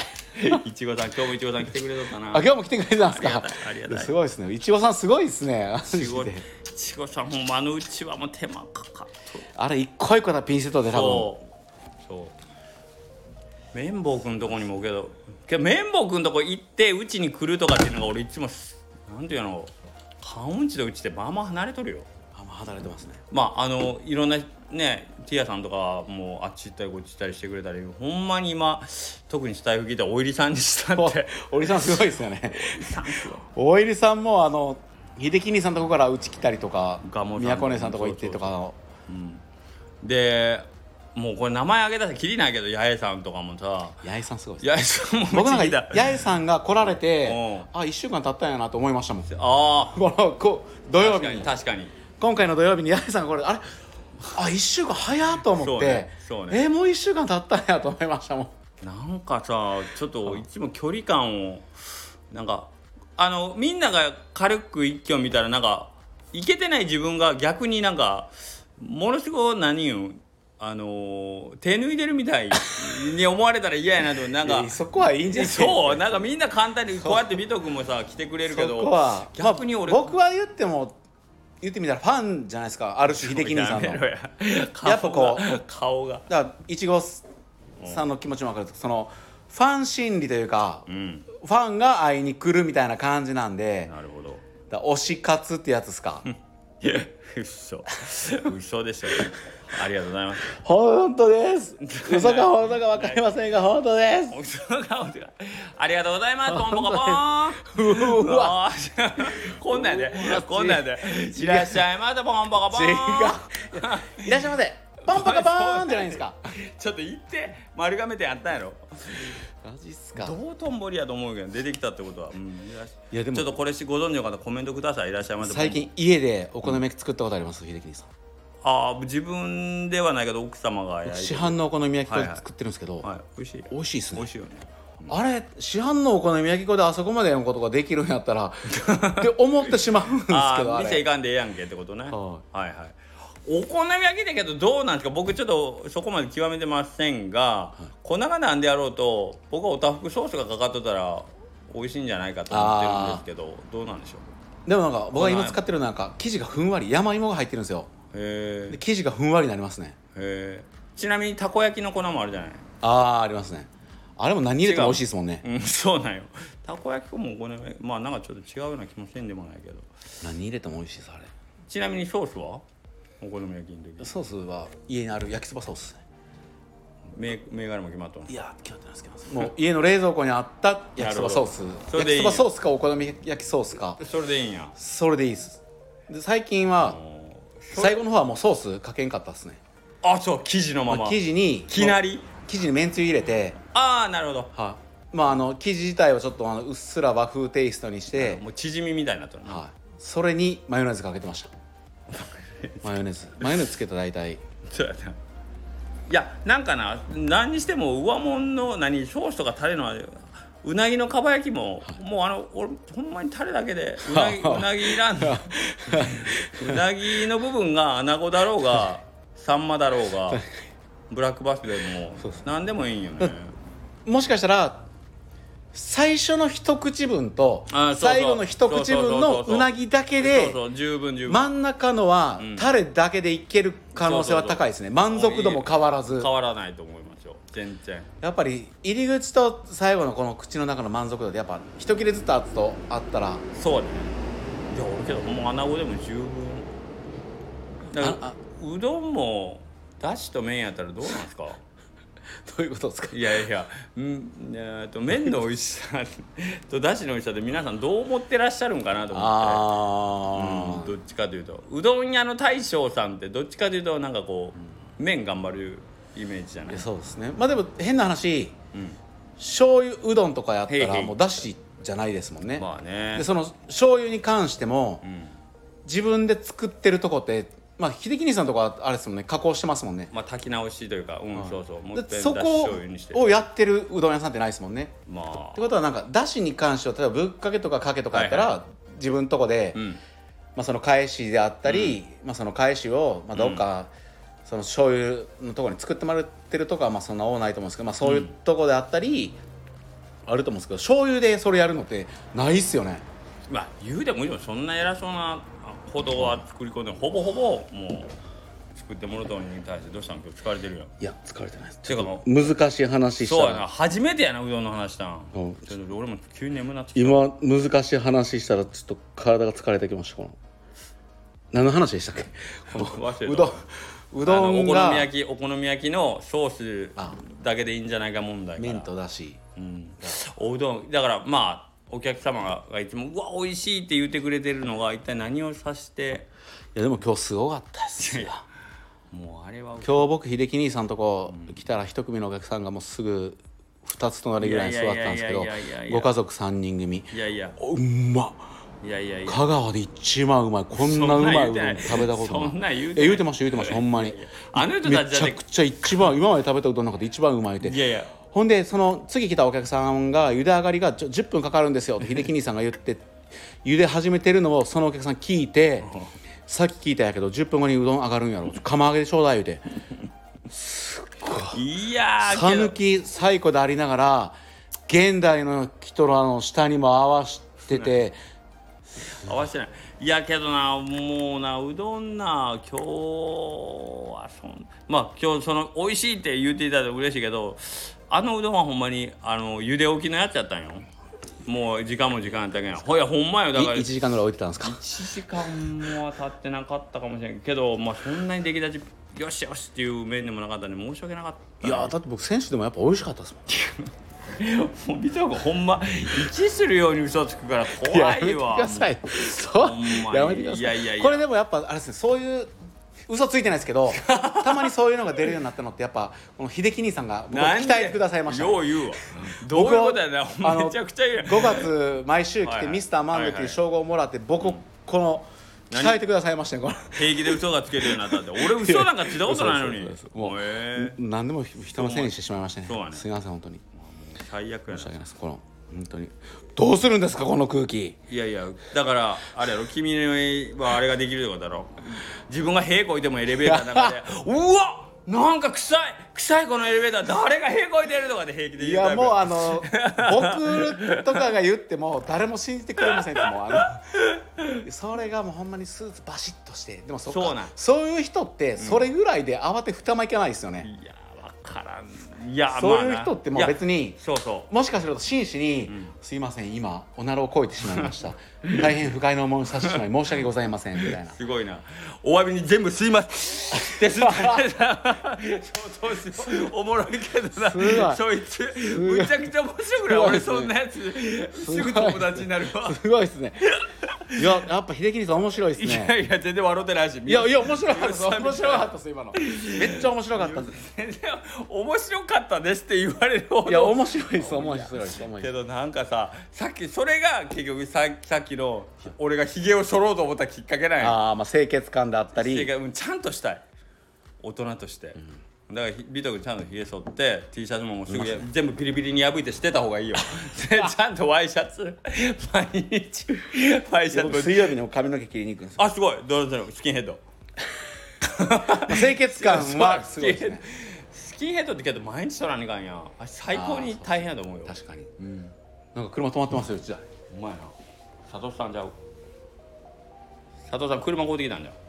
S1: いちごさん今日もいちごさん来てくれとった
S2: あ
S1: な
S2: 今日も来てくれたんです
S1: ありが
S2: か
S1: たいありがたい
S2: すごいですねいちごさんすごいですねマジ
S1: いち ごい
S2: で
S1: ちごさんほんまあのうちはもう手間かかっとる
S2: あれ一個一個だピンセットで多分
S1: そうそう綿棒くんとこにもけどけど綿棒くんとこ行ってうちに来るとかっていうのが俺いつもなんていうの半音痴とうちってまあまあ離れとるよ
S2: あんま離れてますね
S1: まああのいろんなねティアさんとかもうあっち行ったりこっち行ったりしてくれたりほんまに今特にスタイフ聞いたらおいりさんにした
S2: お
S1: って
S2: おりさんすごいですよねおいりさんもあの秀樹兄さんのとこからうち来たりとか
S1: 蒲生さん
S2: 宮古姉さんのとこ行ってとかの
S1: でもうこれ名前挙げたらきりないけど八重さんとかもさ
S2: 八重さんすごいで
S1: 八
S2: す
S1: 重さんも
S2: 僕なん
S1: うちにいた
S2: か八重さんが来られて
S1: う
S2: あ一週間経ったんやなと思いましたもんこ
S1: ああ
S2: のこう土曜
S1: 確
S2: 日
S1: かに
S2: に
S1: 確かに
S2: 今回の土曜日に八重さんがこれあれあ一週間早っと思
S1: そう
S2: って、
S1: ねそうね
S2: えもう一週間経ったんやと思いましたもん
S1: なんかさちょっといつも距離感をなんかあのみんなが軽く一挙見たらなんかいけてない自分が逆になんかものすごい何よあの手抜いてるみたいに思われたら嫌やなと思ってなんか
S2: いやそこはいいんじゃない
S1: そうなんかみんな簡単にこうやって美徳もさ来てくれるけ
S2: そ
S1: ど
S2: こは
S1: 逆に俺、
S2: まあ僕は言っても言ってみたらファンじゃないですかある種秀樹兄さんの
S1: やめろや
S2: やっぱこう
S1: 顔が顔が
S2: だからいちごさんの気持ちも分かるんですけどそのファン心理というか、
S1: うん
S2: ファンが会いに来るみたいな感じなんで
S1: なるほど
S2: だから推し活ってやつですか
S1: いや嘘嘘でしょありがとうございます
S2: 本当です嘘か本当か分かりませんが本当です
S1: おその顔でありがとうございます。ポンポコポーン。
S2: うわ
S1: わ。 こんなんやで、こんなんやで。いらっしゃいませ、ポンポコポーン。
S2: 違ういらっしゃいませパンパカパーンじゃないですか
S1: ちょっと行って、丸亀店あったんやろ。
S2: マジっすか
S1: どうとんぼりやと思うけど、出てきたってことは。うんいらっし
S2: いやでも
S1: ちょっとこれしご存知の方、コメントください。いらっしゃいませ。
S2: 最近家でお好み焼き作ったことあります秀樹兄さん
S1: ポン。ああ、自分ではないけど、奥様が焼い
S2: 市
S1: て。
S2: 販のお好み焼き粉
S1: はいはい
S2: 作ってるんですけど、
S1: はい、美味しい。
S2: 美味しいです
S1: 美
S2: ね
S1: 味しいよね。
S2: あれ市販のお好み焼き粉であそこまでやることができるんやった らって思ってしまうんですけど
S1: ああ、
S2: あれ
S1: 店行かんでええやんけってことね。
S2: は
S1: はいはい。お好み焼きだけどどうなんですか僕ちょっとそこまで極めてませんが、粉がなんでやろうと僕はおたふくソースがかかっとったら美味しいんじゃないかと思ってるんですけどどうなんでしょう
S2: でもなんか僕が今使ってるなんか生地がふんわり山芋が入ってるんですよ
S1: へ
S2: で
S1: え
S2: 生地がふんわりになりますね
S1: へえちなみにたこ焼きの粉もあるじゃない
S2: ああーありますねあれも何入れても美味しいですもんね
S1: うん そうなんよたこ焼き粉もお好み焼きまあなんかちょっと違うような気もせんでもないけど
S2: 何入れても美味しいですあれ
S1: ちなみにソースはお好み焼きの時
S2: ソースは家にある焼きそばソースですね
S1: 銘銘柄も決まったの
S2: いや今日ってなんですけどもう家の冷蔵庫にあった焼きそばソース
S1: なるほどそれ
S2: 焼
S1: で
S2: き
S1: いい
S2: そばソースかお好み焼きソースか
S1: それでいいんや
S2: それでいいですで最近は最後の方はもうソースかけんかったですね、
S1: あそう生地のまま
S2: 生地に
S1: きなり
S2: 生地にめんつゆ入れて
S1: ああなるほど
S2: はいまああの生地自体をちょっとあのうっすら和風テイストにして、
S1: もう縮みみたいになったのな
S2: はい、それにマヨネーズかけてました マヨネーズマヨネーズつけた大体
S1: そうやないやなんかな何にしても上物の何ソースとかタレのうなぎのかば焼きも、もうあの俺ほんまにタレだけでう なぎうなぎいらんのうなぎの部分がアナゴだろうがサンマだろうがブラックバスでも何でもいいんよね
S2: もしかしたら最初の一口分と
S1: あそうそう
S2: 最後の一口分
S1: そうそうそ
S2: の
S1: うそう
S2: うなぎだ
S1: そう
S2: けで
S1: そう十分十分、
S2: 真ん中のはタレだけでいける可能性は高いですね満足度も変わらず
S1: 変わらないと思いますよ全然
S2: やっぱり入り口と最後のこの口の中の満足度でやっぱ一切れずつあっとあったら
S1: そうねいや俺けどもう穴子でも十分だからうどんもだしと麺やったらどうなんですか
S2: どういうことですか
S1: いやいやうんえーと麺の美味しさとだしの美味しさで皆さんどう思ってらっしゃるんかなと思って
S2: あ
S1: うんどっちかというとうどん屋の大将さんってどっちかというとなんかこう麺頑張るイメージじゃ
S2: あ、
S1: ないい
S2: やそうですねまあでも変な話、
S1: ん
S2: 醤油うどんとかやった
S1: へいへ
S2: ら
S1: い
S2: もうだしじゃないですもんね、
S1: まあね
S2: でその醤油に関しても、
S1: ん
S2: 自分で作ってるとこってまあ秀樹兄さんとかはあれですもんね加工してますもんね
S1: まあ炊き直しというかうん、そうそうもう一
S2: で
S1: 遍
S2: そ
S1: だし
S2: こ
S1: 醤油にして
S2: をやってるうどん屋さんってないですもんね
S1: ま
S2: って
S1: あ
S2: ことはなんかだしに関しては例えばぶっかけとかかけとかやったら、
S1: はい
S2: 自分とこで、
S1: うん
S2: まあ、その返しであったり、まあ、その返しを、まあ、どっか、その醤油のところに作ってもらってるとかはまあそんな多ないと思うんですけど、まあ、そういうとこであったり、あると思うんですけど醤油でそれやるのってないっすよね
S1: まあ言うでもいいよそんな偉そうなほどは作り込んでほぼほぼもう作ってもろとんに対してどうしたの今日疲れてるやん
S2: いや疲れてないです
S1: てかもう
S2: 難しい話した
S1: そうやな
S2: ら
S1: 初めてやなうどんの話したん
S2: うん
S1: ちょっと俺も急に眠なってきた
S2: 今難しい話したらちょっと体が疲れてきましたこの何の話でしたっけ
S1: 忘れた
S2: うどんうど
S1: あの
S2: ん
S1: お好み
S2: が
S1: 焼きお好み焼きのソー
S2: あ
S1: スだけでいいんじゃないか問題から
S2: 麺とだし
S1: うん、おうどんだからまあお客様がいつも「うわ美味しい」って言ってくれてるのが一体何を指して
S2: いやでも今日すごかったですよ
S1: もうあれは
S2: 今日僕秀樹兄さんとこ来たら一組のお客さんがもうすぐ2つ隣ぐらいに座ってたんですけど
S1: いやいやいやいやいや
S2: ご家族3人組
S1: いやいや
S2: おうまっ
S1: いやいやいや
S2: 香川で一番うまいこんなうまい
S1: そんなん言うて
S2: うど
S1: ない
S2: ん食べたことない
S1: そんなん言うてない
S2: え言うてました言うてましたほんまに
S1: あの人た
S2: め
S1: ちだ
S2: ち
S1: っ
S2: ゃ
S1: て
S2: くちゃ一番今まで食べたうどんの中で一番うまいって
S1: いやいや
S2: ほんでその次来たお客さんが茹で上がりがちょ10分かかるんです よって秀樹兄さんが言って茹で始めてるのをそのお客さん聞いてさっき聞いたんやけど10分後にうどん上がるんやろ釜揚げでちょうだい言うて
S1: いやー
S2: 讃岐最古でありながら現代のキトラの下にも合わせてて
S1: けど合わせてないいやけどなもうなうどんな今日はそんまあ今日その美味しいって言っていただいて嬉しいけどあのうどんはほんまにあの茹で置きのやつやったんよもう時間も時間やったけどほやほんまよだから
S2: 1時間ぐらい置いてたんですか
S1: 1時間もは経ってなかったかもしれんけどまあそんなに出来立ちよしよしっていう面でもなかったんで申し訳なかった
S2: いやーだって僕選手でもやっぱ美味しかったですもん
S1: もう美女がほんま一致するように嘘つくから
S2: や
S1: 怖
S2: めて
S1: い
S2: く
S1: わ
S2: ださいそう
S1: ほんまに
S2: やめてください
S1: いやいやいや
S2: これでもやっぱあれですねそういう嘘ついてないですけ どたまにそういうのが出るようになったのってやっぱこの秀樹兄さんが僕を
S1: なんで
S2: 期待くださいましたね
S1: よう言うわどういうことやな
S2: あの
S1: めちゃくちゃ言う
S2: 5月毎週来
S1: はい
S2: て
S1: はい
S2: ミスターマンデーという称号をもらって僕をこの
S1: 何
S2: 鍛えてくださいましたねこれ
S1: 平気で嘘がつけるようになったって俺嘘なんかついたことないのに
S2: 嘘嘘嘘もう
S1: ええ
S2: 何でも人のせいにしてしまいましたね
S1: そうだね
S2: すいません本当に
S1: 最悪や
S2: 申し訳な
S1: ない
S2: ですこの本当にどうするんですかこの空気
S1: いやいやだからあれやろ君はあれができるってことだろ自分が屁こいてもエレベーターの中 でうわなんか臭い臭いこのエレベーター誰が屁こいてるとかで平気で
S2: い
S1: 言うタ
S2: や
S1: イプ
S2: もうあの僕とかが言っても誰も信じてくれませんってもうあのそれがもうほんまにスーツバシッとしてでもそっか
S1: そうなん
S2: そういう人ってそれぐらいで慌てふたまいかないですよね、
S1: いやわからんいや
S2: そう
S1: まあ
S2: いう
S1: な
S2: 人っても
S1: や
S2: う別に
S1: そうそ
S2: もしかすると真摯に「すいません今おならをこいてしまいました大変不快な思いをさせてしまい申し訳ございません」みたいな
S1: うすごいなお詫びに全部すいませんですそうそうしようおもろいけどな
S2: すごい
S1: そいつむちゃくちゃ面白くない俺
S2: すご
S1: そ
S2: い
S1: んなやつ
S2: ごい
S1: すぐ友達になるわ
S2: すごいですねいややっぱ秀樹さん面白いで
S1: い
S2: す
S1: や
S2: ね
S1: いや全然笑ってないし
S2: いやいや面白かったです面白かったです今のめっちゃ面白かったです
S1: 全然面白かったですって言われるほど
S2: いや面白いです面白いです面白い
S1: け
S2: で
S1: ど
S2: す
S1: なんかささっきそれが結局ささっきの俺がひげを剃ろうと思ったきっかけなんや
S2: ああまあ清潔感であった
S1: て
S2: り
S1: かうんちゃんとしたい大人として、だからひビト君ちゃんとひげ剃って T シャツももうすぐや全部ビリビリに破いて捨てた方がいいよ でちゃんとワイシャツ 毎日ワイシャ
S2: 僕
S1: ツ
S2: 水曜日にも髪の毛切りに行くんですよ
S1: あすごいどうぞスキンヘッ ド
S2: 清潔感はすごいですね
S1: スキンヘッドってけど毎日剃らにいかんやんあ最高に大変やと思うよ
S2: 確かに、うん、なんか車止まってますようちだ
S1: お前な佐藤さんじゃう佐藤さん車買うてきたんじゃん
S2: こ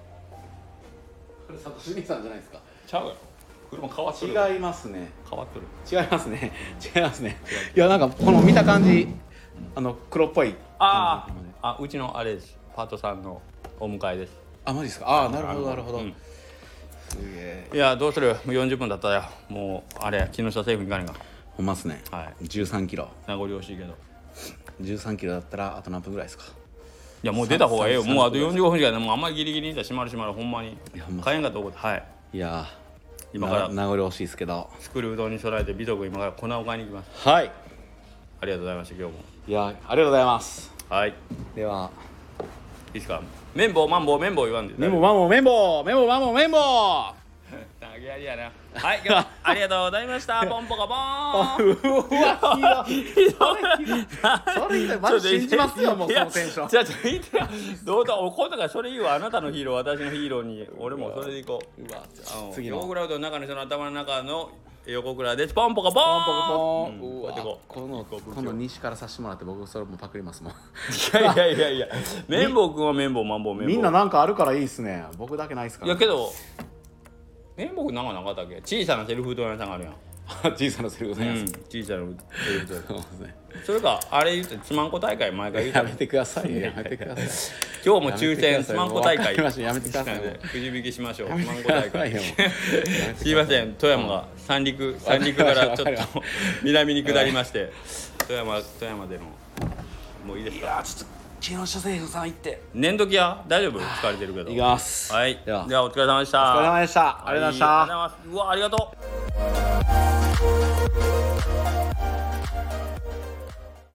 S2: れ佐藤俊さんじゃないですか
S1: ちゃうやろ車変わっとるわ
S2: 違いますね
S1: 変わっとる
S2: 違いますね違いますねいやなんかこの見た感じあの黒っぽい
S1: あ
S2: 感じのね
S1: ああうちのあれですパートさんのお迎えです
S2: あマジですかああなるほどなるほど、
S1: うん
S2: すげえ
S1: いやどうするもう40分だったよもうあれ木下政府に行かね
S2: ほんまっすね、
S1: えかはい
S2: 十三1 3キロ
S1: 名残惜しいけど
S2: 1 3キロだったらあと何分ぐらいですか
S1: いやもう出た方がええよ
S2: さん
S1: もうあと45分しかないもうあんまりギリギリにじゃ閉まる閉まるほんまに
S2: いやほんま
S1: 買えんかったとこではい
S2: いやー
S1: 今から
S2: な名残惜しいですけど
S1: 作るうどんに備えて美徳君今から粉を買いに行きます
S2: はい
S1: ありがとうございました今日も
S2: いやありがとうございます
S1: はいい
S2: ではい
S1: ですか綿棒マンボウ綿棒言わんで
S2: メモマモメモメモマモメモ
S1: 投げやりやな。はい、今日はありがとうございました。ポンポコポーン。
S2: うわひどいそれひどいまず信じますよもうそのテンション
S1: じゃあ、ちょっと言ってよどうだ、怒ったから、それ言うわ、あなたのヒーロー、私のヒーローに、俺もそれでいこう。
S2: うわ
S1: あの
S2: 次
S1: ヨー
S2: の
S1: グラウトの中の人の頭の中の横倉です。ポンポコポ
S2: ポン
S1: ーン。
S2: ポコポンう
S1: うんこうやって
S2: わ
S1: こ
S2: このこの西からさしてもらって僕それもパクりますもん
S1: う。いやいやいやいや、綿棒君は綿棒、マンボウ綿棒。
S2: みんななんかあるからいいっすね僕だけないっすか
S1: い
S2: ら
S1: やけど、綿棒君なんかなかったっけ小さなセルフうどん屋さんがあるやん。
S2: 小さなセリフござ
S1: う
S2: いま
S1: ん、
S2: す
S1: 小さなセルフうどん屋さん
S2: そうですね
S1: それか、あれ言って、つまんこ大会、毎回言うた
S2: や
S1: ら
S2: めてくださいよやめてください
S1: 今日も抽選スマンコ大
S2: わか
S1: 会
S2: りましたやめてください もう
S1: くじ引きしましょう
S2: や
S1: ス
S2: め
S1: マン
S2: て
S1: コ
S2: くだ
S1: 大
S2: さい
S1: 会
S2: よも
S1: すいません富山が三陸三陸からちょっ
S2: わかりまし
S1: と南に下りまして富山富山でのもういいです
S2: うい
S1: か
S2: やちょっと木下政府さん行って
S1: 年時は大丈夫疲れてるけど
S2: いきます
S1: はい
S2: で
S1: で
S2: は
S1: はお疲れ様でした
S2: お疲れ様でしたありがとうございました
S1: はいありがとうございますうわありがとう